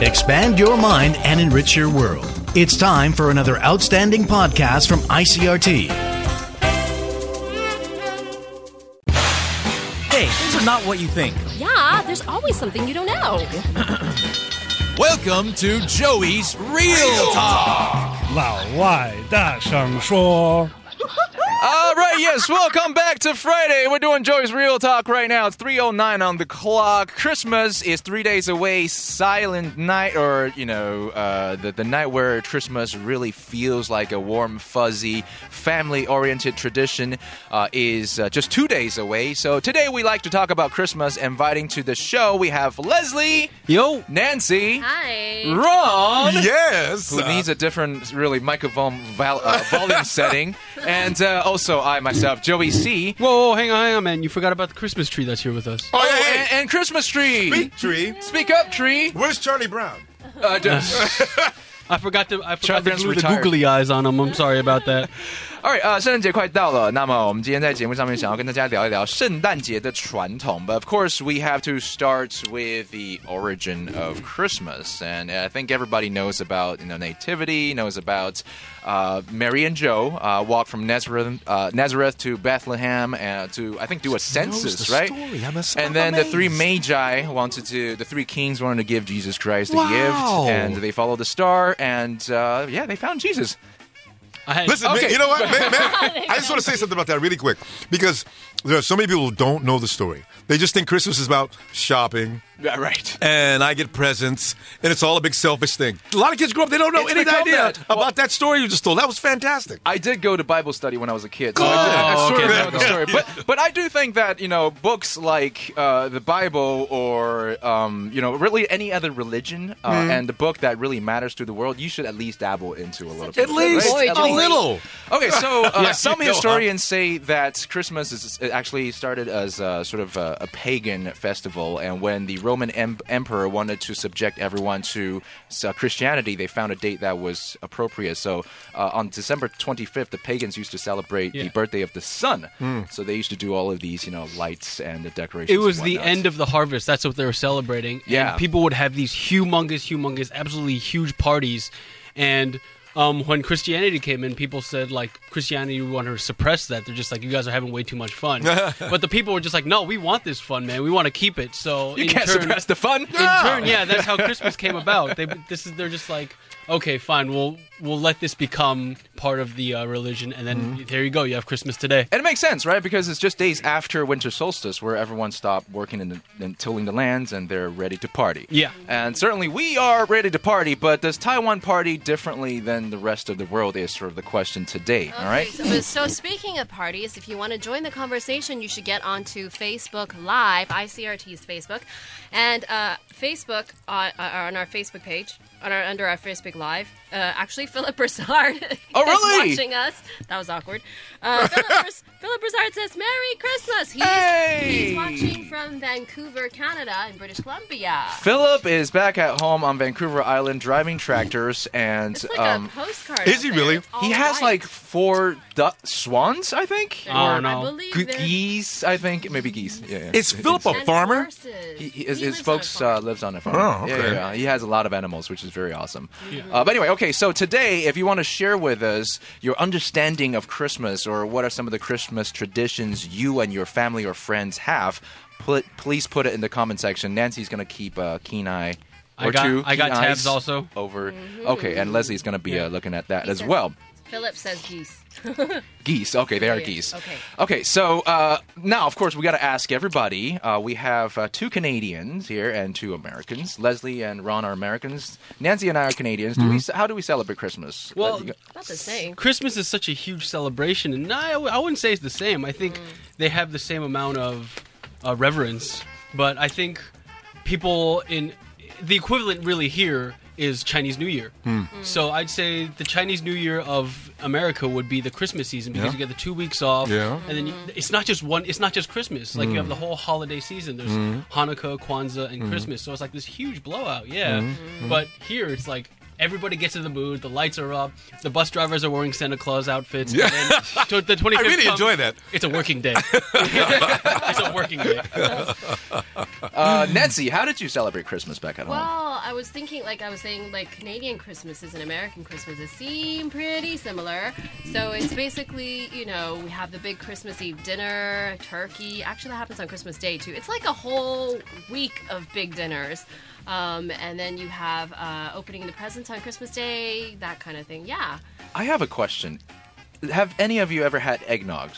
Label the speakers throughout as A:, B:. A: expand your mind, and enrich your world. It's time for another outstanding podcast from ICRT.
B: Hey, things are not what you think.
C: Yeah, there's always something you don't know.
D: Welcome to Joey's Real Talk.
E: 老外大声说
D: All right, yes, welcome back to Friday. We're doing Joey's Real Talk right now. It's 3.09 on the clock. Christmas is three days away. Silent night, or, you know, uh, the, the night where Christmas really feels like a warm, fuzzy, family-oriented tradition uh, is uh, just two days away. So today we like to talk about Christmas. Inviting to the show, we have Leslie,
B: Yo,
D: Nancy,
C: Hi.
D: Ron.
F: Yes.
D: who needs a different, really, microphone val- uh, volume setting. And uh, also, I myself, Joey C.
B: whoa, whoa, hang on, hang on, man! You forgot about the Christmas tree that's here with us.
F: oh,
D: Oh,
F: yeah,
D: and, and Christmas tree.
F: hey, tree.
D: Speak up, tree.
F: Where's Charlie Brown?
D: Uh, d-
B: I forgot to, I
D: Chuck
B: forgot to
D: Dance
B: glue the
D: retired.
B: googly eyes on him. I'm sorry about that.
D: All right, 呃，圣诞节快到了，那么我们今天在节目上面想要跟大家聊一聊圣诞节的传统。But of course, we have to start with the origin of Christmas, and I think everybody knows about you know nativity, knows about uh, Mary and Joe uh, walk from Nazareth uh, Nazareth to Bethlehem and to I think do a census, right?
F: story. I'm as-
D: and
F: I'm
D: then the three
F: amazed.
D: magi wanted to the three kings wanted to give Jesus Christ a
F: Wow.
D: gift, and they followed the star, and uh, yeah, they found Jesus.
B: I had,
F: Listen, man,
D: Okay.
F: you know what? Man, man, I just want to say something about that really quick because there are so many people who don't know the story. They just think Christmas is about shopping
D: Yeah, Right.
F: and I get presents and it's all a big selfish thing. A lot of kids grow up, they don't know
D: It's
F: any
D: become
F: idea
D: that.
F: about that story you just told. That was fantastic.
D: I did go to Bible study when I was a kid. So I, did, I
B: Oh,
D: sort of
B: okay.
D: know the story. But but I do think that you know books like uh, the Bible or um, you know really any other religion uh, and the book that really matters to the world, you should at least dabble into a little bit.
F: At least
D: right?
F: a little.
D: Okay, so uh, some
F: Go on.
D: historians say that Christmas is it actually started as a, sort of a, a pagan festival, and when the Roman em- emperor wanted to subject everyone to uh, Christianity, they found a date that was appropriate. So uh, on December 25th, the pagans used to celebrate the
B: Yeah.
D: birthday of the sun. So they used to do all of these, you know, lights and the decorations.
B: it was
D: and
B: the
D: whatnot.
B: end of the harvest. That's what they were celebrating. And
D: Yeah.
B: people would have these humongous, humongous, absolutely huge parties, and. Um, when Christianity came in, people said like Christianity we want to suppress that. They're just like you guys are having way too much fun. but the people were just like, no, we want this fun, man. We want to keep it. So
D: You
B: in
D: can't
B: turn-
D: suppress the fun.
B: in turn, yeah, that's how Christmas came about. They, this is they're just like, okay, fine, we'll we'll let this become part of the uh, religion, and then
D: Mm-hmm.
B: there you go, you have Christmas today.
D: And it makes sense, right? Because it's just days after winter solstice where everyone stopped working and, and tilling the lands and they're ready to party.
B: Yeah.
D: And certainly we are ready to party, but does Taiwan party differently than the rest of the world is sort of the question today, all right?
C: So, but- so speaking of parties, if you want to join the conversation, you should get onto Facebook Live, ICRT's Facebook, and uh, Facebook uh, uh, on our Facebook page, on our under our Facebook Live. Uh, actually, Philip Broussard
D: Oh,
C: is
D: really?
C: watching us. That was awkward. Uh, Philip, Brous- Philip Broussard says, "Merry Christmas." He's,
D: Hey!
C: he's watching from Vancouver, Canada, in British Columbia.
D: Philip is back at home on Vancouver Island driving tractors and
C: It's like
D: um,
C: a postcard.
F: Is
C: out
F: he
C: there.
F: really?
C: It's all
D: he has
C: white.
D: like four du- swans, I think.
C: There's-
B: Oh,
C: I
B: no.
C: believe
D: Ge-
C: there's-
D: geese, I think. Maybe geese. Yeah, yeah.
F: Um, Is Philip a
C: and
F: farmer?
C: horses.
D: He, he, his
C: He lives on a
D: his folks
C: farm.
D: uh, lives on a farm.
F: Oh,
D: Yeah,
F: okay.
D: yeah, yeah. He has a lot of animals, which is very awesome. Uh, but anyway, okay. So today, if you want to share with us your understanding of Christmas or what are some of the Christmas traditions you and your family or friends have, put, please put it in the comment section. Nancy's going to keep a keen eye.
B: I
D: or
B: got-
D: two,
B: I got
D: keen eyes
B: tabs also.
D: Over. Okay, and Leslie's going to be uh, looking at that as
C: says-
D: well.
C: Philip says geese.
D: Geese. Okay, they are
C: Yeah,
D: geese.
C: okay.
D: Okay. So uh, now, of course, we got to ask everybody. Uh, we have uh, two Canadians here and two Americans. Leslie and Ron are Americans. Nancy and I are Canadians.
F: Mm-hmm.
D: Do we? ce- How do we celebrate Christmas?
B: Well,
D: Leslie,
C: Not the same.
B: Christmas is such a huge celebration, and I, I wouldn't say it's the same. I think they have the same amount of uh, reverence, but I think people in the equivalent really here is Chinese New Year.
F: Hmm.
B: So I'd say the Chinese New Year of America would be the Christmas season because
F: Yeah.
B: you get the two weeks off,
F: Yeah. Hmm.
B: and then you, it's not just one. It's not just Christmas. Like you have the whole holiday season. There's
F: Hmm.
B: Hanukkah, Kwanzaa, and Christmas. So it's like this huge blowout. Yeah, but here it's like Everybody gets in the mood. The lights are up. The bus drivers are wearing Santa Claus outfits.
F: Yeah.
B: And then to- the 25th
F: I really
B: comes,
F: enjoy that.
B: It's a working day. it's a working day.
D: Uh,
B: mm.
D: Nancy, how did you celebrate Christmas back at home?
C: Well, I was thinking, like I was saying, like Canadian Christmases and American Christmases seem pretty similar. So it's basically, you know, we have the big Christmas Eve dinner, turkey. Actually, that happens on Christmas Day too. It's like a whole week of big dinners. Um, and then you have uh, opening the presents on Christmas Day, that kind of thing. Yeah.
D: I have a question. Have any of you ever had eggnog?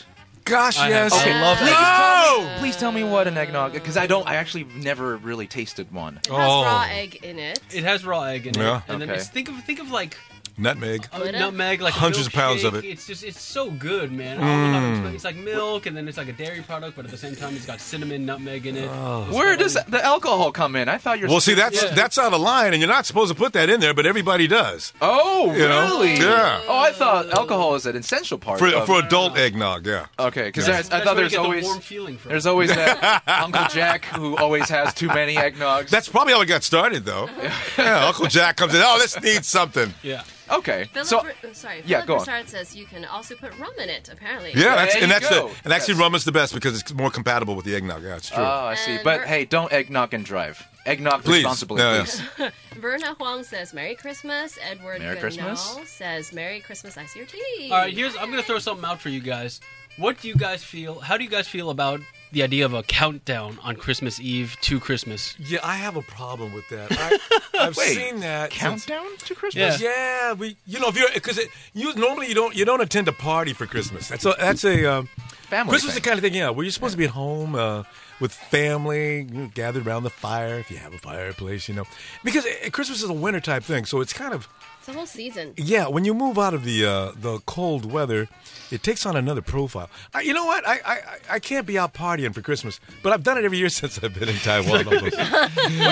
F: Gosh,
B: I have-
F: yes.
C: Uh,
D: Okay.
B: I love
D: Please
B: it.
D: tell me- Please tell me what an eggnog because I don't. I actually never really tasted one.
C: It has
F: Oh.
C: raw egg in it.
B: It has raw egg in it,
F: Yeah.
B: and then
D: Okay.
B: it's, think of think of like
F: Nutmeg.
B: a
C: Butter?
B: nutmeg, like a
F: Hundreds of pounds of
B: milkshake.
F: it. Mm.
B: It's just it's so good, man. I don't know how to explain- It's like milk, and then it's like a dairy product, but at the same time, it's got cinnamon, nutmeg in it.
F: Oh.
D: Where does the alcohol come in? I thought you're.
F: Well, see, that's
B: Yeah.
F: that's out of line, and you're not supposed to put that in there, but everybody does.
D: Oh,
F: You know?
D: really?
F: Yeah.
D: Oh, I thought alcohol is an essential part.
F: For,
D: of,
F: for adult eggnog, yeah.
D: okay, because
F: That's-
D: I
B: That's
D: thought
B: where you
D: there's
B: get the
D: always
B: warm feeling from.
D: there's always that Uncle Jack who always has too many eggnogs.
F: That's probably how it got started, though. yeah, Uncle Jack comes in. Oh, this needs something.
B: yeah.
D: okay.
C: Philip,
D: So
C: Ru- sorry,
D: Yeah,
C: Philip
D: go on.
C: Broussard says you can also put rum in it. Apparently.
F: Yeah, that's,
D: There
F: and
D: you
F: that's
D: go.
F: the and actually
D: Yes.
F: rum is the best because it's more compatible with the eggnog. Yeah, it's true.
D: Oh,
G: Uh,
D: I see.
C: And
D: But
C: we're-
D: hey, don't eggnog and drive. Eggnog
F: Please.
D: responsibly,
F: Yeah, yeah.
D: please.
C: Verna Huang says Merry Christmas. Edward
D: Merry
C: Goodnow
D: Christmas.
C: says Merry Christmas ICRT.
B: All right, here's I'm gonna throw something out for you guys. What do you guys feel? How do you guys feel about the idea of a countdown on Christmas Eve to Christmas?
G: Yeah, I have a problem with that. I, I've
D: Wait,
G: seen that. since-
D: Countdown to Christmas.
G: Yeah, we. You know, if you're because you normally you don't you don't attend a party for Christmas. That's a that's a um,
D: Family
G: Christmas is
D: thing.
G: the kind of thing. Yeah, where you're supposed to be at home uh, with family, you know, gathered around the fire if you have a fireplace. You know, because uh, Christmas is a winter type thing, so it's kind of
C: It's a whole season.
G: yeah. When you move out of the uh, the cold weather, it takes on another profile. I, you know what? I, I I- I can't be out partying for Christmas, but I've done it every year since I've been in Taiwan. almost.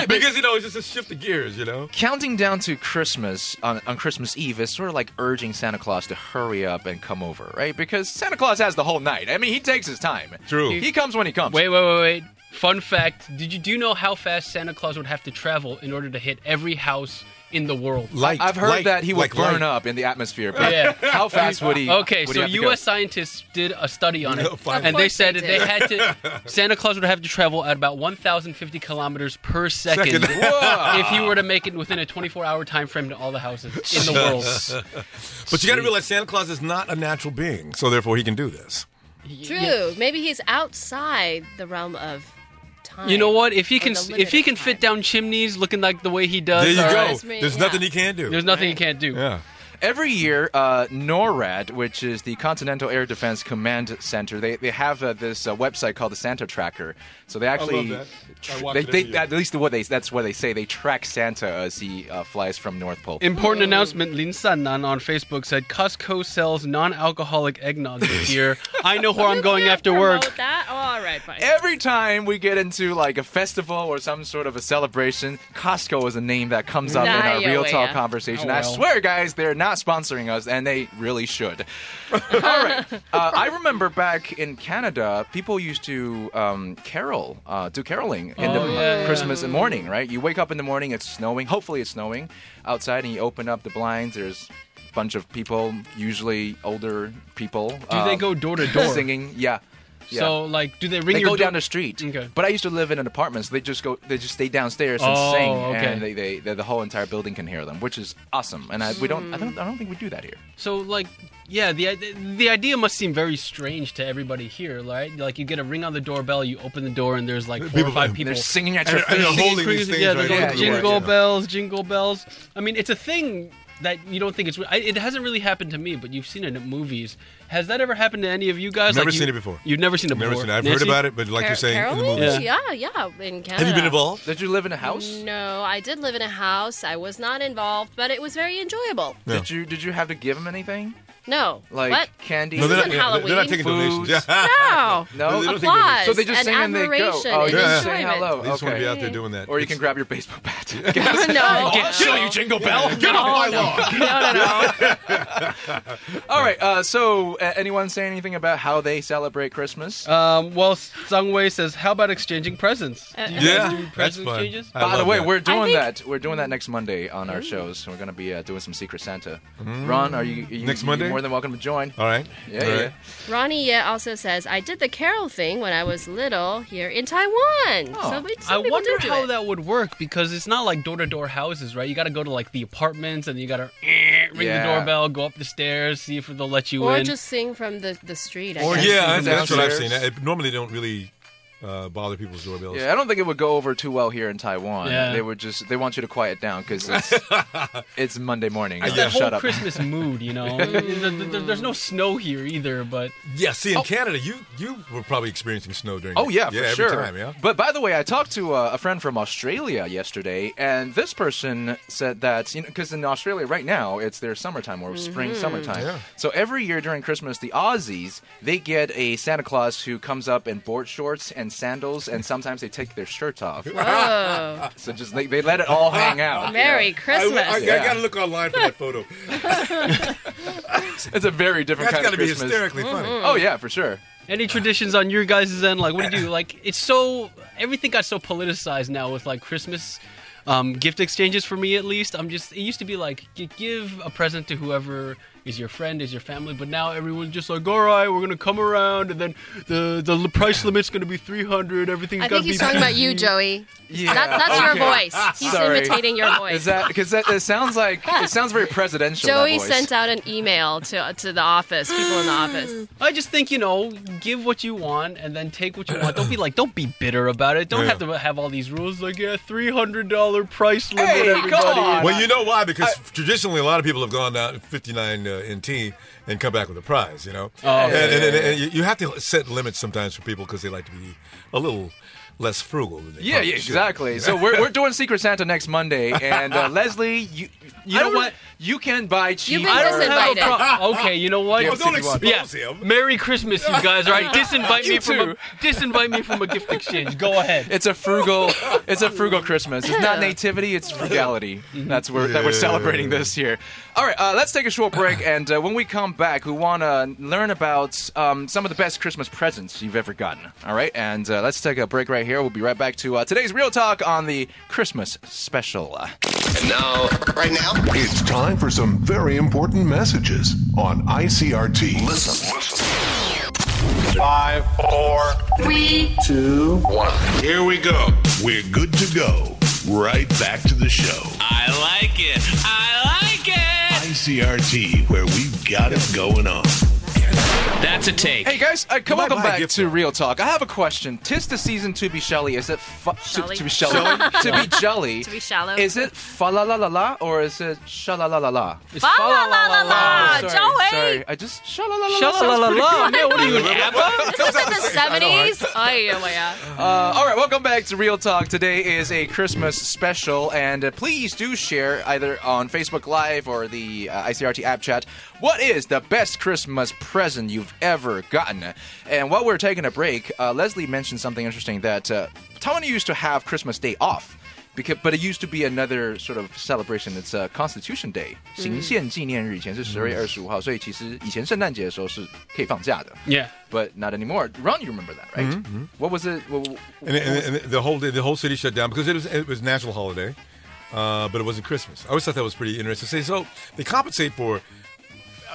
G: because you know it's just a shift of gears. You know.
D: Counting down to Christmas on, on Christmas Eve is sort of like urging Santa Claus to hurry up and come over, right? Because Santa Claus has the whole night. I mean, he takes his time.
F: True.
D: He, he comes when he comes.
B: Wait, wait, wait, wait. Fun fact: Did you do you know how fast Santa Claus would have to travel in order to hit every house in the world?
F: Light.
D: I've heard
F: light,
D: that he would
F: like
D: burn
F: light.
D: up in the atmosphere. But
B: Yeah.
D: How fast would he?
B: Okay,
D: would he
B: so
D: have to
B: U.S.
D: go?
B: scientists did a study on it,
F: No, finally.
B: and they
C: Of course
B: said
C: they
B: that they
C: did.
B: had to. Santa Claus would have to travel at about 1,050 kilometers per second,
F: Second.
B: if he were to make it within a 24-hour time frame to all the houses in the world.
F: But you got to realize Santa Claus is not a natural being, so therefore he can do this.
C: True. Maybe he's outside the realm of time.
B: You know what? If he
C: or
B: can,
C: the
B: if he
C: limited
B: can fit
C: time.
B: down chimneys looking like the way he does,
F: There you
B: all
F: go.
B: right,
C: That's Uh, me,
F: There's
C: yeah.
F: nothing he can do.
B: there's nothing he can't do.
F: yeah.
D: Every year, uh, NORAD, which is the Continental Air Defense Command Center, they, they have uh, this uh, website called the Santa Tracker. So they actually,
F: that. I watch
D: they,
F: it
D: they,
F: every year.
D: at least what they that's what they say they track Santa as he uh, flies from North Pole.
B: Important announcement: Lin Sannan on Facebook said Costco sells non-alcoholic eggnog this year. I know where I'm going
C: Gonna
B: after
C: promote
B: work.
C: That? Oh, all right, fine.
D: Every time we get into like a festival or some sort of a celebration, Costco is a name that comes up in
C: Nah,
D: our
C: yeah,
D: real
C: well,
D: talk
C: yeah.
D: conversation.
B: Oh,
D: I
B: well.
D: swear, guys, they're not sponsoring us, and they really should. All right, uh, I remember back in Canada, people used to um, carol, uh, do caroling in the
B: Oh, yeah, yeah.
D: Christmas morning. Right, you wake up in the morning, it's snowing. Hopefully, it's snowing outside, and you open up the blinds. There's a bunch of people, usually older people. um,
B: Do they go door to door?
D: singing? Yeah. yeah
B: So, like, do they ring
D: they
B: your
D: go
B: door-
D: down the street.
B: Okay.
D: But I used to live in an apartment, so they just go, they just stay downstairs and
B: Oh,
D: sing,
B: okay.
D: and they, they, they, the whole entire building can hear them, which is awesome. And I, we don't, I don't, I don't think we do that here.
B: So, like, yeah, the i- the idea must seem very strange to everybody here, right? Like, you get a ring on the doorbell, you open the door, and there's like four or five people
D: They're singing at
F: And,
D: your
F: and they're
D: face.
B: Singing
F: holding these
B: crazy-
F: things
B: yeah,
F: right
B: they're
F: over
B: going,
F: the
D: yeah.
F: words,
B: jingle
F: you know.
B: bells, jingle bells. I mean, it's a thing that you don't think it's. I- It hasn't really happened to me, but you've seen it in movies. Has that ever happened to any of you guys?
F: Never
B: you-
F: seen it before.
B: You've never seen it before.
F: Never seen it. I've heard
B: Nancy?
F: about it, but like
C: Car-
F: you're saying, in the
C: caroling?
F: movies.
C: Yeah. yeah, in Canada.
F: Have you been involved?
D: Did you live in a house?
C: No, I did live in a house. I was not involved, but it was very enjoyable.
D: Did you, did you have to give them anything?
C: No.
D: Like
C: what?
D: candy.
C: No,
F: they're,
C: This
F: not,
C: isn't
F: they're not taking
D: Halloween.
F: donations. Yeah.
C: No.
D: No?
F: They don't think
C: Applause.
D: so they just
C: and
D: sing and they go.
C: admiration
D: Oh,
C: and
D: you
F: Yeah.
D: just say
C: enjoyment.
D: hello.
F: They just want to be
D: okay.
F: out there doing that.
D: Or you
F: It's-
D: can grab your baseball bat.
C: no.
B: Show Oh, you jingle bell.
F: Get off my lawn.
C: No, no, no.
D: All right. Uh, so, uh, anyone say anything about how they celebrate Christmas?
B: Um, well, Sungwei says, "How about exchanging presents?"
C: Uh,
F: Yeah, that's
B: presence
F: fun.
B: changes?
F: I
D: By the
F: love
D: way,
F: that.
D: we're doing
C: think-
D: that. We're doing that next Monday on our shows. We're going to be uh, doing some Secret Santa. Ron, are you, you
F: Mm. Next
D: you're
F: Monday? Oh.
D: more than welcome to join.
F: all right.
D: Yeah,
F: all
D: yeah.
F: right.
C: Ronnie Ye also says, I did the carol thing when I was little here in Taiwan.
D: Oh.
C: so we, some
B: I
C: people
B: wonder
C: do do
B: how
C: it.
B: that would work because it's not like door to door houses, right? You got to go to like the apartments and you got to ring
D: Yeah.
B: the doorbell, go up the stairs, see if they'll let you
C: Or
B: in.
C: just sing from the, the street. I
D: Or
C: guess.
D: you-
F: Yeah, that's, that's what I've
D: Downstairs.
F: seen. It, normally, they don't really uh, bother people's doorbells.
D: Yeah, I don't think it would go over too well here in Taiwan.
B: Yeah.
D: They would just they want you to quiet down because it's, it's Monday morning.
B: it's
D: Uh,
B: that whole
D: shut up.
B: Christmas mood, you know. There- there- There's no snow here either, but
F: Yeah, see, in Canada, you you were probably experiencing snow during.
D: Oh yeah,
F: yeah,
D: for
F: every
D: sure.
F: Time, yeah.
D: But by the way, I talked to uh, a friend from Australia yesterday, and this person said that you know because in Australia right now it's their summertime or spring
C: Mm-hmm.
D: summertime.
F: Yeah.
D: So every year during Christmas, the Aussies they get a Santa Claus who comes up in board shorts and sandals, and sometimes they take their shirt off.
C: Oh,
D: so just they, they let it all hang out.
C: Merry
F: I,
C: Christmas.
F: I- I
D: Yeah.
F: gotta look online for that photo.
D: It's a very different
F: That's
D: kind
F: gotta
D: of
F: be
D: Christmas.
F: hysterically
C: Hmm.
F: funny.
D: Oh yeah, for sure.
B: any traditions on your guys' end? Like, what do you do? Like, it's so everything got so politicized now with like Christmas. Um, gift exchanges for me at least i'm just it used to be like g- give a present to whoever is your friend is your family but now everyone's just like all right we're gonna come around and then the the l- price limit's gonna be 300 everything's
C: I
B: gonna
C: think he's
B: be
C: talking about you, Joey.
D: Yeah.
C: That, that's
D: Okay.
C: your voice. He's
D: Sorry.
C: imitating your voice.
D: Is that because that it sounds like it sounds very presidential? that
C: Joey
D: voice.
C: sent out an email to to the office, people in the office.
B: i just think you know give what you want and then take what you want don't be like don't be bitter about it don't
F: Yeah.
B: have to have all these rules like yeah 300 dollar price limit
D: Hey, come
B: everybody
D: on.
F: Well, you know why? Because traditionally, a lot of people have gone down 59 uh, NT and come back with a prize. You know,
B: Oh,
F: and,
B: yeah,
F: and, and, and you- you have to set limits sometimes for people because they like to be a little less frugal. Than they
D: Yeah,
F: probably
D: yeah,
F: should.
D: exactly. So we're, we're doing Secret Santa next Monday, and uh, Leslie, you you
B: I
D: know
B: don't-
D: what? You can buy cheap.
C: been
B: I don't
D: or-
C: Just
B: have a
C: invite him.
B: problem. Okay, you know what?
D: Yeah,
F: Well, don't
D: Yes, if
B: Yeah.
F: expose him.
B: Merry Christmas, you guys. All right, disinvite me
D: You
B: from a,
D: too.
B: disinvite me from a gift exchange. Go ahead.
D: It's a frugal, it's a frugal Christmas. It's not nativity, it's frugality. That's where that we're celebrating this year. All right, uh, let's take a short break, and uh, when we come back, we want to learn about um, some of the best Christmas presents you've ever gotten. All right, and uh, let's take a break right here. We'll be right back to uh, today's real talk on the Christmas special.
H: Now, right now,
I: It's time for some very important messages on ICRT.
H: listen. Five, four, three, two, one. Here we go. We're good to go. Right back to the show.
J: I like it. I like it.
H: ICRT, where we've got it going on.
J: That's a take.
D: Hey guys, uh, come
F: Why
D: welcome
F: buy a
D: back
F: gift
D: to
F: though?
D: Real Talk. I have a question. Tis the season to be Shelly. Is it fu- to,
C: Shelly?
D: to be Shelly? to be jolly?
C: To be shallow.
D: Is it fa la la la la or is it sha la la la la?
B: It's
C: Fa la la la la,
D: sorry,
C: Ah, Joey.
D: sorry. I just sha la la la.
B: Sha la la la la. Yeah, what are you an ABBA?
C: This is in the seventies. Oh yeah, oh, yeah.
D: Uh, all right, welcome back to Real Talk. Today is a Christmas special, and uh, please do share either on Facebook Live or the uh, ICRT app chat. What is the best Christmas present you've ever gotten? And while we're taking a break, uh, Leslie mentioned something interesting that uh, Taiwan used to have Christmas Day off. Because, but it used to be another sort of celebration. It's a Constitution Day, 行宪纪念日以前是十二月二十五号，所以其实以前圣诞节的时候是可以放假的。
B: Yeah.
D: but not anymore. Ron, you remember that, right?
F: Mm-hmm.
D: What was it? What, what-
F: And, and, and the whole day, the whole city shut down because it was it was national holiday, uh, but it wasn't Christmas. I always thought that was pretty interesting. Say so they compensate for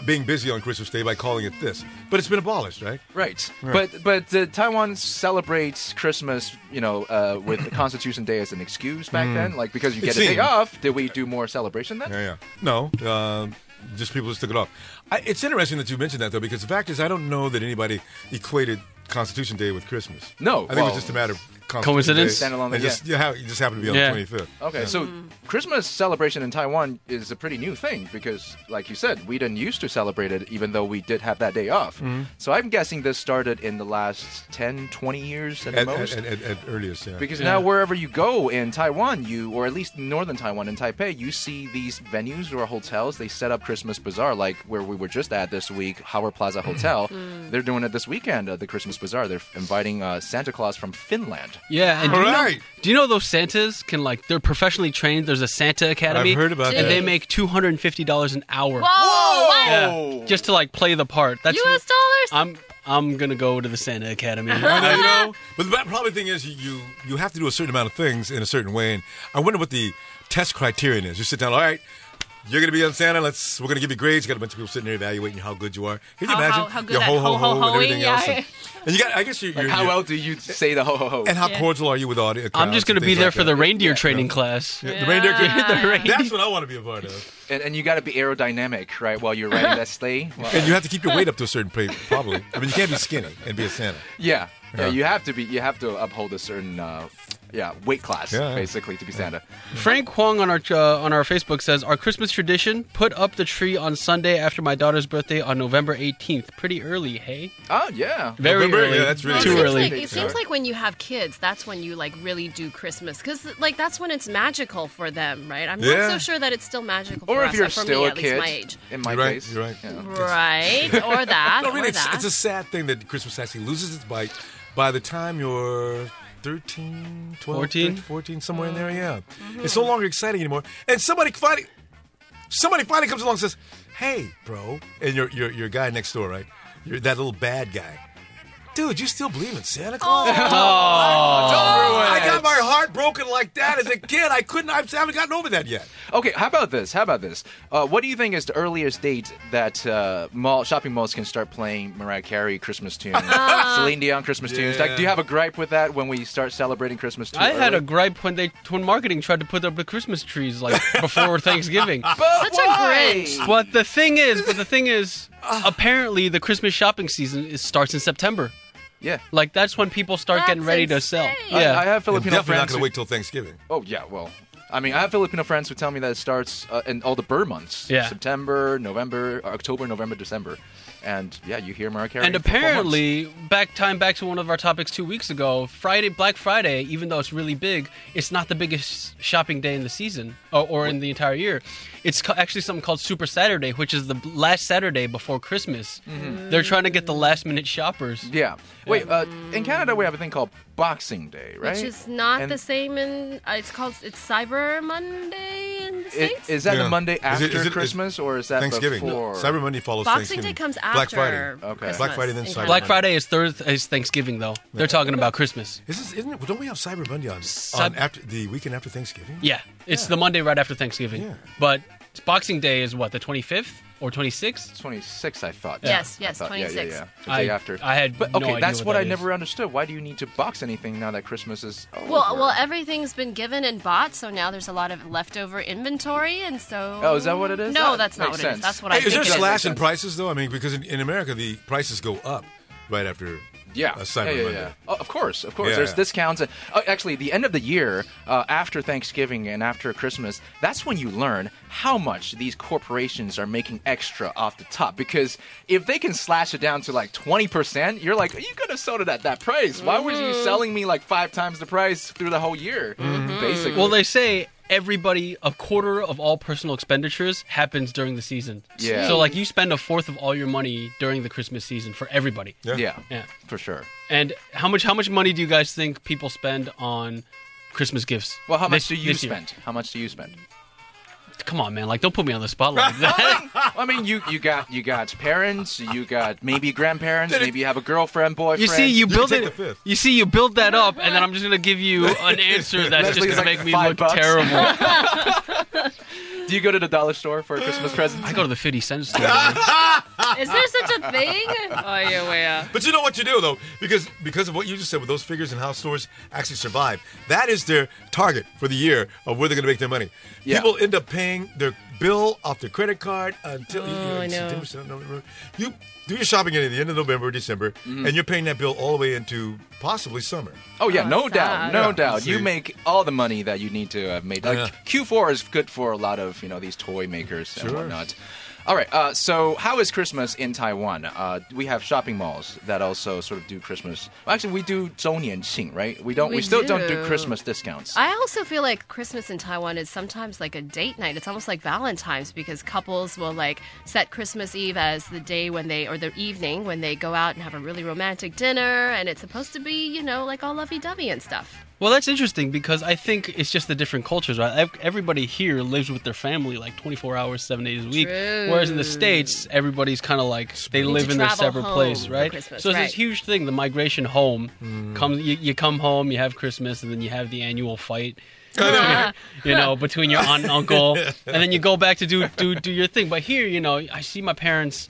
F: being busy on Christmas Day by calling it this, but it's been abolished, right?
D: right. But but uh, Taiwan celebrates Christmas, you know, uh, with the Constitution Day as an excuse back then, like because you
F: Mm. It
D: get a day
F: seemed.
D: off. Did we do more celebration then?
F: Yeah, yeah. No, uh, just people just took it off. I, it's interesting that you mentioned that though, because the fact is, I don't know that anybody equated Constitution Day with Christmas.
D: No,
F: I think it
D: well-
F: was just a matter of
B: Coincidence?
F: Standalone.
D: Standalone,
F: It just, you, ha- you just happen to be on
B: Yeah.
F: the 25th.
D: Okay,
F: Yeah.
D: so Christmas celebration in Taiwan is a pretty new thing because, like you said, we didn't used to celebrate it, even though we did have that day off.
F: Mm-hmm.
D: So I'm guessing this started in the last 10, 20 years at,
F: at,
D: most.
F: at, at, at earliest, yeah.
D: because now wherever you go in Taiwan, you or at least northern Taiwan in Taipei, you see these venues or hotels. They set up Christmas bazaar, like where we were just at this week, Howard Plaza Hotel.
F: Mm.
D: They're doing it this weekend, uh, the Christmas bazaar. They're inviting uh, Santa Claus from Finland.
B: Yeah, and do, you
F: Alright.
B: know, do you know those Santas can like they're professionally trained? There's a Santa Academy.
F: I've heard about
B: and
C: that.
B: they make two hundred and fifty dollars an hour.
C: Whoa! what?
B: Yeah, just to like play the part. That's
C: U.S. dollars?
B: I'm I'm gonna go to the Santa Academy.
F: I know, you know. But the probably thing is, you you have to do a certain amount of things in a certain way, and I wonder what the test criterion is. You sit down, all right. You're gonna be on Santa. Let's. We're gonna give you grades. You got a bunch of people sitting there evaluating how good you are. Can
C: How-
F: you
C: how-
F: imagine
C: how good
F: your
C: that
F: ho
C: ho,
F: ho ho
C: ho,
F: and everything
C: hoing,
F: else?
C: yeah.
F: And, and you got. I guess you're.
D: Like,
F: you're
D: how
F: you're-
D: well do you say the ho ho ho?
F: And how
C: Yeah.
F: cordial are you with audience? uh,
B: I'm just gonna be there for the reindeer training class.
F: the reindeer.
B: The reindeer-
F: That's what I want to be a part of.
D: and, and you got to be aerodynamic, right? While you're riding that sleigh. Well,
F: And you have to keep your weight up to a certain plate, probably. I mean, you can't be skinny and be a Santa.
D: yeah, yeah,
F: Yeah.
D: You have to be. You have to uphold a certain, uh, yeah, weight class
F: Yeah.
D: basically to be Santa.
B: Frank Huang on our uh, on our Facebook says our Christmas tradition: put up the tree on Sunday after my daughter's birthday on November 18th. Pretty early, hey?
D: Oh yeah.
B: Very
F: November,
B: early.
F: yeah, that's really
C: Well, it
B: too
C: seems
B: early.
C: Like, it seems like when you have kids, that's when you like really do Christmas because like that's when it's magical for them, right? I'm
F: Yeah.
C: not so sure that it's still magical.
D: Or
C: for
D: if
C: us,
D: you're
C: for
D: still
C: me,
D: a
C: at least
D: kid,
C: my age,
D: in my
F: You're right,
D: case,
F: you're right.
D: Yeah.
C: right? Or that?
F: No, really,
C: or
F: it's,
C: that?
F: it's a sad thing that Christmas actually loses its bite by the time you're 13, 12,
B: 14?
F: 13, 14, somewhere in there, yeah.
C: Mm-hmm.
F: It's no longer exciting anymore. And somebody finally, somebody finally comes along and says, hey, bro, and your, your, your guy next door, right? You're that little bad guy. Dude, you still believe in Santa Claus? Oh,
B: Oh,
F: I got my heart broken like that as a kid. I couldn't, I haven't gotten over that yet.
D: Okay, how about this? How about this? Uh, what do you think is the earliest date that uh, mall shopping malls can start playing Mariah Carey Christmas tunes,
B: Uh-huh.
D: Celine Dion Christmas tunes? Like, do you have a gripe with that when we start celebrating Christmas? Too
B: I had a
D: early?
B: gripe when they when marketing tried to put up the Christmas trees like before Thanksgiving.
C: Such a Grinch.
B: But the thing is, but the thing is, apparently the Christmas shopping season is, starts in September.
D: Yeah.
B: Like that's when people start
C: That's
B: getting ready to sell.
C: insane.
B: Yeah.
D: I, I have
F: You're
D: Filipino
F: definitely not
D: friends.
F: going to
D: who-
F: wait till Thanksgiving.
D: Oh yeah, well, I mean, I have Filipino friends who tell me that it starts uh, in all the bird months:
B: Yeah.
D: September, November, October, November, December, and yeah, you hear Mariah Carey.
B: and
D: for four months.
B: apparently, back time back to one of our topics two weeks ago, Friday Black Friday, even though it's really big, it's not the biggest shopping day in the season or, or in the entire year. It's ca- actually something called Super Saturday, which is the b- last Saturday before Christmas. They're trying to get the last minute shoppers.
D: yeah. Wait, uh, in Canada we have a thing called Boxing Day, right?
C: Which is not
D: And
C: the same in. Uh, it's called it's Cyber Monday in the
D: i-
C: states.
D: Is that
F: Yeah.
D: the Monday
F: Is it-
D: after
F: is it- is-
D: Christmas, or is that
F: Thanksgiving.
D: Before?
F: Cyber Monday follows
C: Boxing
F: Thanksgiving.
C: Day comes
F: Black
C: after.
F: Friday.
D: Okay.
F: Black Friday, then
C: in
F: Cyber
B: Black
F: Monday.
B: Friday is Thursday is Thanksgiving though. They're talking about Christmas.
F: Is this, isn't it? Don't we have Cyber Monday on, on
B: Cyber-
F: after the weekend after Thanksgiving?
B: Yeah, it's the Monday right after Thanksgiving.
F: Yeah.
B: But Boxing Day is what the 25th or 26th.
D: 26, I thought.
C: Yes,
D: I
C: yes,
D: thought, yeah, yeah,
C: 26.
D: yeah. The
B: I-
D: day after.
B: I had
D: But
B: no
D: okay,
B: idea
D: that's
B: what
D: what,
B: that
D: I
B: is.
D: never understood. Why do you need to box anything now that Christmas is? Over?
C: Well, well, everything's been given in bots, so now there's a lot of leftover inventory, and so.
D: Oh, is that what it is?
C: No,
D: That
C: that's not
D: makes
C: what it
D: sense.
C: is. That's what
F: Hey,
C: I
F: is
C: think
F: there a
C: it is.
F: slash in prices though? I mean, because in, in America the prices go up right after
D: Yeah.
F: uh, Cyber
D: yeah, yeah,
F: Monday.
D: yeah. Oh, of course, of course.
F: Yeah,
D: There's
F: yeah.
D: discounts. And, oh, actually, the end of the year, uh, after Thanksgiving and after Christmas, that's when you learn how much these corporations are making extra off the top. Because if they can slash it down to like 20%, you're like, you could have sold it at that price. Why were
B: Mm-hmm.
D: you selling me like five times the price through the whole year? Basically.
B: Well, they say everybody a quarter of all personal expenditures happens during the season.
D: Yeah.
B: So like you spend a fourth of all your money during the Christmas season for everybody.
D: yeah,
B: Yeah.
D: for sure.
B: And how much how much money do you guys think people spend on Christmas gifts?
D: Well, how much
B: this-
D: do you
B: this year?
D: spend? How much do you spend?
B: Come on, man! Like don't put me on the spotlight. like that.
D: I mean, you you got you got parents, you got maybe grandparents, maybe you have a girlfriend, boyfriend.
B: You see, you build
F: take the
B: it.
F: fifth.
B: You see, you build that up, and then I'm just gonna give you an answer that's just
D: Leslie's
B: gonna
D: like,
B: make me
D: "Five
B: look
D: bucks."
B: terrible.
D: Do you go to the dollar store for a Christmas present?
B: I go to the 50 cent store.
C: Is there such a thing? Oh, yeah, way out.
F: But you know what you do though, because because of what you just said, with those figures and how stores actually survive, that is their target for the year of where they're going to make their money.
D: Yeah.
F: People end up paying their bill off their credit card until you,
C: Oh, I know.
F: September, September, November. you do your shopping at the end of November, December,
C: Mm-hmm.
F: and you're paying that bill all the way into possibly summer.
D: Oh yeah, no
C: sad.
D: doubt, no
F: Yeah,
D: doubt.
F: see.
D: You make all the money that you need to have made. Like
F: Yeah.
D: Q4 is good for a lot of you know these toy makers and whatnot. All right, uh, so how is Christmas in Taiwan? Uh, we have shopping malls that also sort of do Christmas. well, actually, we do 周年庆, right? We don't. We,
C: We
D: still not do
C: do.
D: Christmas discounts.
C: I also feel like Christmas in Taiwan is sometimes like a date night. It's almost like Valentine's because couples will like set Christmas Eve as the day when they or the evening when they go out and have a really romantic dinner and it's supposed to be, you know, like all lovey-dovey and stuff.
B: Well, that's interesting because I think it's just the different cultures, right? Ev- Everybody here lives with their family like 24 hours, seven days a week. Whereas in the States, everybody's kind of like they
C: need
B: live
C: to
B: in their
C: travel
B: separate
C: home
B: place,
C: for
B: right?
C: Christmas,
B: so it's
C: right. Mm.
B: this huge thing the migration home. Comes, you, you come home, you have Christmas, and then you have the annual fight. you know, between your aunt and uncle, and then you go back to do, do do your thing. But here, you know, I see my parents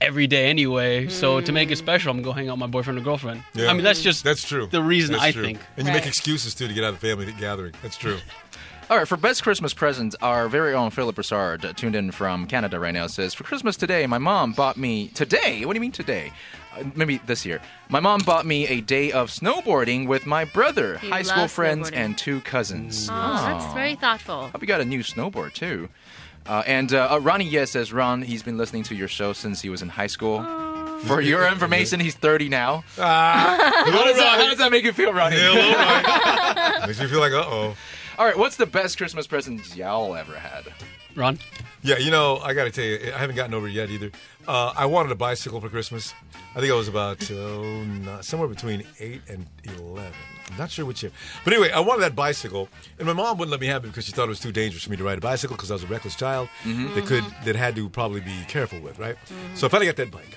B: every day anyway. So to
C: Mm.
B: make it special, I'm gonna go hang out with my boyfriend or girlfriend.
F: Yeah.
B: I mean, that's just
F: That's true.
B: The reason
F: That's
B: I
F: true.
B: think.
F: and you make
C: Right.
F: excuses too to get out of the family gathering. That's true.
D: All right, for best Christmas presents, our very own Philip Broussard, uh, tuned in from Canada right now, says For Christmas today, my mom bought me. Today? What do you mean today? Uh, maybe this year. My mom bought me a day of snowboarding with my brother,
C: He
D: high school
C: loves
D: friends,
C: snowboarding.
D: and two cousins.
C: Oh, that's very thoughtful.
D: Hope you got a new snowboard, too. Uh, and uh, uh, Ronnie Yes says, Ron, he's been listening to your show since he was in high school. For your information, he's 30 now. how, does that, how does that make you feel, Ronnie?
F: Hello, Ryan. Makes me feel like, uh oh.
D: All right, what's the best Christmas present y'all ever had?
B: Ron,
F: Yeah, you know, I got to tell you, I haven't gotten over it yet either. Uh, I wanted a bicycle for Christmas. I think I was about oh, not, somewhere between 8 and 11. I'm not sure which year. But anyway, I wanted that bicycle, and my mom wouldn't let me have it because she thought it was too dangerous for me to ride a bicycle because I was a reckless child that could that had to probably be careful with, right? So I finally got that bike.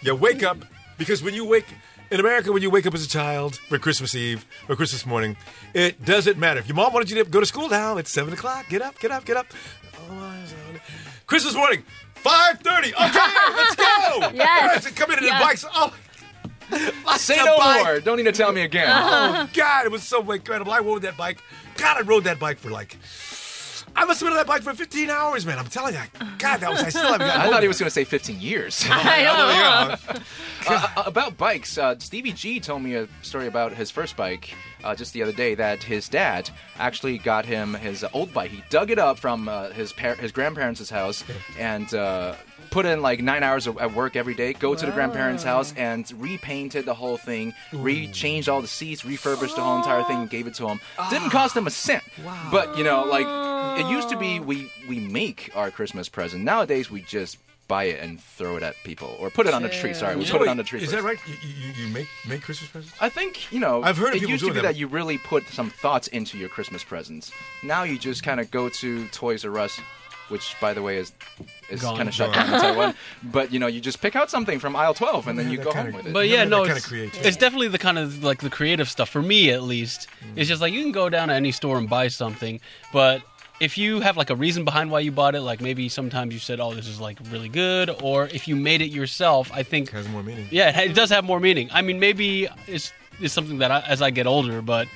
F: You wake up because when you wake in America, when you wake up as a child for Christmas Eve or Christmas morning, it doesn't matter. If your mom wanted you to go to school now, it's seven o'clock. Get up, get up, get up. Christmas morning, five thirty. Okay, let's go.
C: Yes.
F: Parents come in and
C: Yes.
F: bikes. Oh, lots
D: Say
F: of
D: no
F: bike.
D: more. Don't need to tell me again.
C: Uh-huh.
F: Oh God, it was so incredible. I rode that bike. God, I rode that bike for like. I must have been on that bike for 15 hours, man. I'm telling you. God, that was. I still haven't gotten
D: I
F: over
D: thought
F: it
D: he was going to say 15 years.
C: I know.
D: Uh, about bikes, uh, Stevie G told me a story about his first bike uh, just the other day that his dad actually got him his uh, old bike. He dug it up from uh, his par- his grandparents' house and uh, put in like nine hours of- at work every day. Go to the grandparents' house and repainted the whole thing, re-changed all the seats, refurbished the whole entire thing, and gave it to him. Didn't cost him a cent. Wow. But you know, like it used to be, we we make our Christmas present. Nowadays, we just buy it and throw it at people or put it on a tree. Sorry, we put it on a tree.
F: Is
D: first.
F: that right? You, you, you make make Christmas presents?
D: I think you know.
F: I've heard of
D: it
F: people
D: used to
F: doing
D: be
F: that.
D: that you really put some thoughts into your Christmas presents. Now you just kind of go to Toys R Us, which by the way is is
B: Gone.
D: kind of shut down in Taiwan. But you know, you just pick out something from aisle twelve and then you
F: that
D: go
F: kinda-
D: home with it.
B: but
F: Yeah,
B: yeah,
F: that
B: no,
F: kinda
B: it's,
F: creates-
B: it's definitely the kind of like the creative stuff for me at least. It's just like you can go down to any store and buy something, but if you have like a reason behind why you bought it, like maybe sometimes you said, "Oh, this is like really good," or if you made it yourself, I think
F: Has more meaning.
B: yeah, it does have more meaning. I mean, maybe it's it's something that I, as I get older, but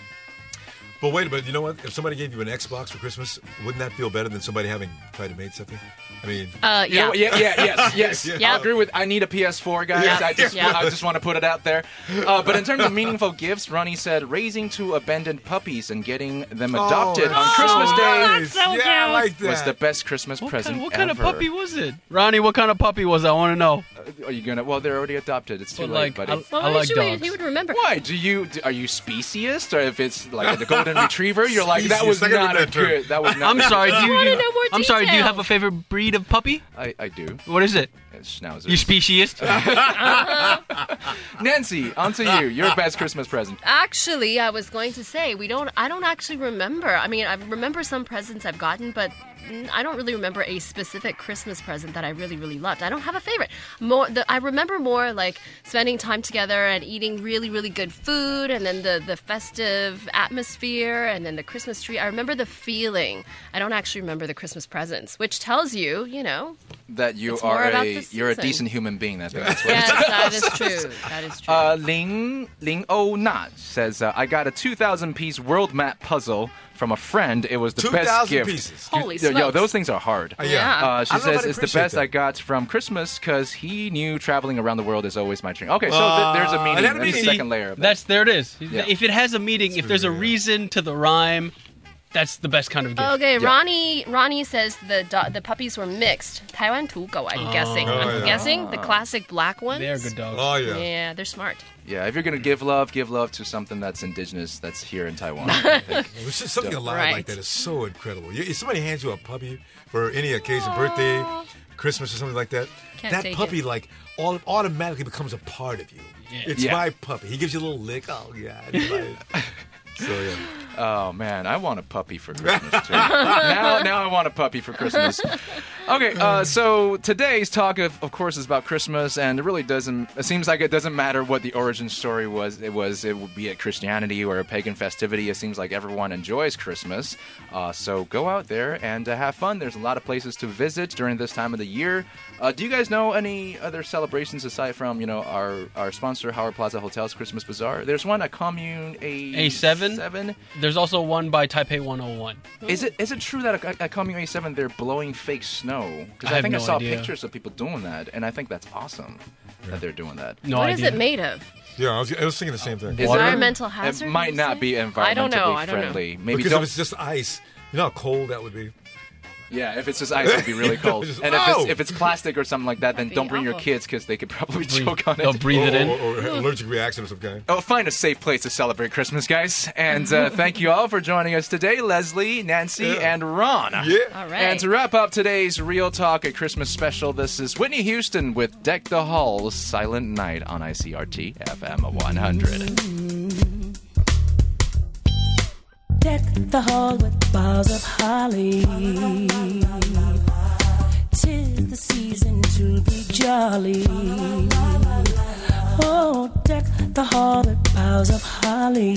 F: But wait, but you know what? If somebody gave you an Xbox for Christmas, wouldn't that feel better than somebody having tried to make something? I mean,
C: Uh,
D: You know
C: yeah.
D: what? yeah, yeah, yes, yes.
C: Yeah.
D: I agree with. I need a PS4, guys.
C: Yeah.
D: I just,
C: Yeah.
D: I just want to put it out there. Uh, but in terms of meaningful gifts, Ronnie said raising two abandoned puppies and getting them adopted
F: Oh, that's
D: on Christmas Day
F: nice. yeah, I like that.
D: was the best Christmas
B: what,
D: present
B: kind, what kind of
D: ever.
B: puppy was it, Ronnie? What kind of puppy was it? I want to know.
D: Are you gonna? Well, they're already adopted. It's too
B: But
D: late,
B: like,
D: buddy.
B: I-
C: Well,
B: I
C: why
B: like
C: don't you wait?
B: dogs.
C: He would remember.
D: Why do you do, are you speciest or if it's like the golden retriever? You're like that was
F: Speciest, I
D: not
F: gotta get
D: a
F: that term.
D: good. That was not.
B: I'm sorry. Do you,
C: wanna
B: you-
C: know more
B: I'm sorry. Do you
C: details.
B: have a favorite breed of puppy?
D: I, I do.
B: What is it?
D: It's Schnauzer.
B: You speciest?
D: Nancy, onto you. Your best Christmas present.
C: Actually, I was going to say we don't. I don't actually remember. I mean, I remember some presents I've gotten, but mm, I don't really remember a specific Christmas present that I really, really loved. I don't have a favorite. More, the, I remember more like spending time together and eating really, really good food, and then the the festive atmosphere, and then the Christmas tree. I remember the feeling. I don't actually remember the Christmas. Christmas presents, which tells you, you know,
D: that you
C: It's more
D: are
C: about
D: a
C: the
D: you're a
C: season.
D: decent human being. That's, that's what
C: yes,
D: it is.
C: that is true. That is true.
D: Uh, Ling Ling O Na says, uh, "I got a 2,000 piece world map puzzle from a friend. It was the best
F: 2,000
D: gift.
F: pieces.
C: Holy
D: yo, yo,
C: smokes.
D: those things are hard.
C: Yeah.
D: Uh, she
F: Oh, I don't know if
D: says
F: I'd
D: it's the
F: appreciate
D: best
F: that.
D: I got from Christmas because he knew traveling around the world is always my dream. Okay, so
F: Uh,
D: th- there's a meaning.
F: that'd
D: There's a
F: be-
D: second layer of that.
B: That's there it is.
D: Yeah.
B: If it has a meaning, if there's a reason to the rhyme, that's the best kind of gift.
C: Okay, Ronnie. Ronnie says the do- the puppies were mixed. Taiwan Tugo, I'm guessing. I'm
F: yeah.
C: guessing the classic black ones.
B: Oh, Ah. They are good dogs.
F: Oh yeah.
C: Yeah, they're smart.
D: yeah, if you're gonna give love, give love to something that's indigenous, that's here in Taiwan.
F: It's just something alive
C: Right.
F: like that is so incredible. You, if somebody hands you a puppy for any occasion, birthday, Christmas, or something like that,
C: Can't
F: that
C: take
F: puppy
C: it.
F: like all, automatically becomes a part of you. It's
D: Yeah.
F: my puppy. He gives you a little lick. Oh yeah. I love it. so yeah.
D: Oh man, I want a puppy for Christmas too. now, now I want a puppy for Christmas. Okay, uh, so today's talk, of, of course, is about Christmas, and it really doesn't. It seems like it doesn't matter what the origin story was. It was it would be a Christianity or a pagan festivity. It seems like everyone enjoys Christmas. Uh, so go out there and uh, have fun. There's a lot of places to visit during this time of the year. Uh, do you guys know any other celebrations aside from you know our our sponsor Howard Plaza Hotels Christmas Bazaar? There's one at Commune A
B: A7?
D: seven.
B: There's also one oh by Taipei 101.
D: Is it is it true that at, at Commune 87 they're blowing fake snow? Because
B: I
D: I,
B: have
D: think I
B: no
D: saw
B: idea.
D: pictures of people doing that, and I think that's awesome that they're doing that.
B: No
C: What is
B: idea.
C: it made of?
F: Yeah, I was, I was thinking the same thing.
D: Is
B: Water?
D: it-
C: Environmental hazard?
D: It
C: you
D: might not
C: say?
D: be environmentally
C: I don't know. I don't
D: friendly. Maybe
F: because if
D: don't.
F: it's just ice, you know how cold that would be.
D: yeah, if it's just ice, it'd be really cold.
F: Just-
D: and if it's
B: Oh!
F: Ow!
D: if it's plastic or something like that, then
C: That'd be
D: don't bring your
C: awful.
D: kids because they could probably
B: Breathe-
D: choke on it.
B: They'll breathe it
F: or,
B: in.
F: or, or allergic reaction of some kind.
D: Oh, find a safe place to celebrate Christmas, guys. And uh, thank you all for joining us today, Leslie, Nancy,
F: Yeah.
D: and Ron.
F: Yeah.
C: All right.
D: And to wrap up today's Real Talk at Christmas special, this is Whitney Houston with Deck the Halls Silent Night on ICRT FM 100.
K: Deck the hall with boughs of holly. Tis the season to be jolly. Oh, deck the hall with boughs of holly.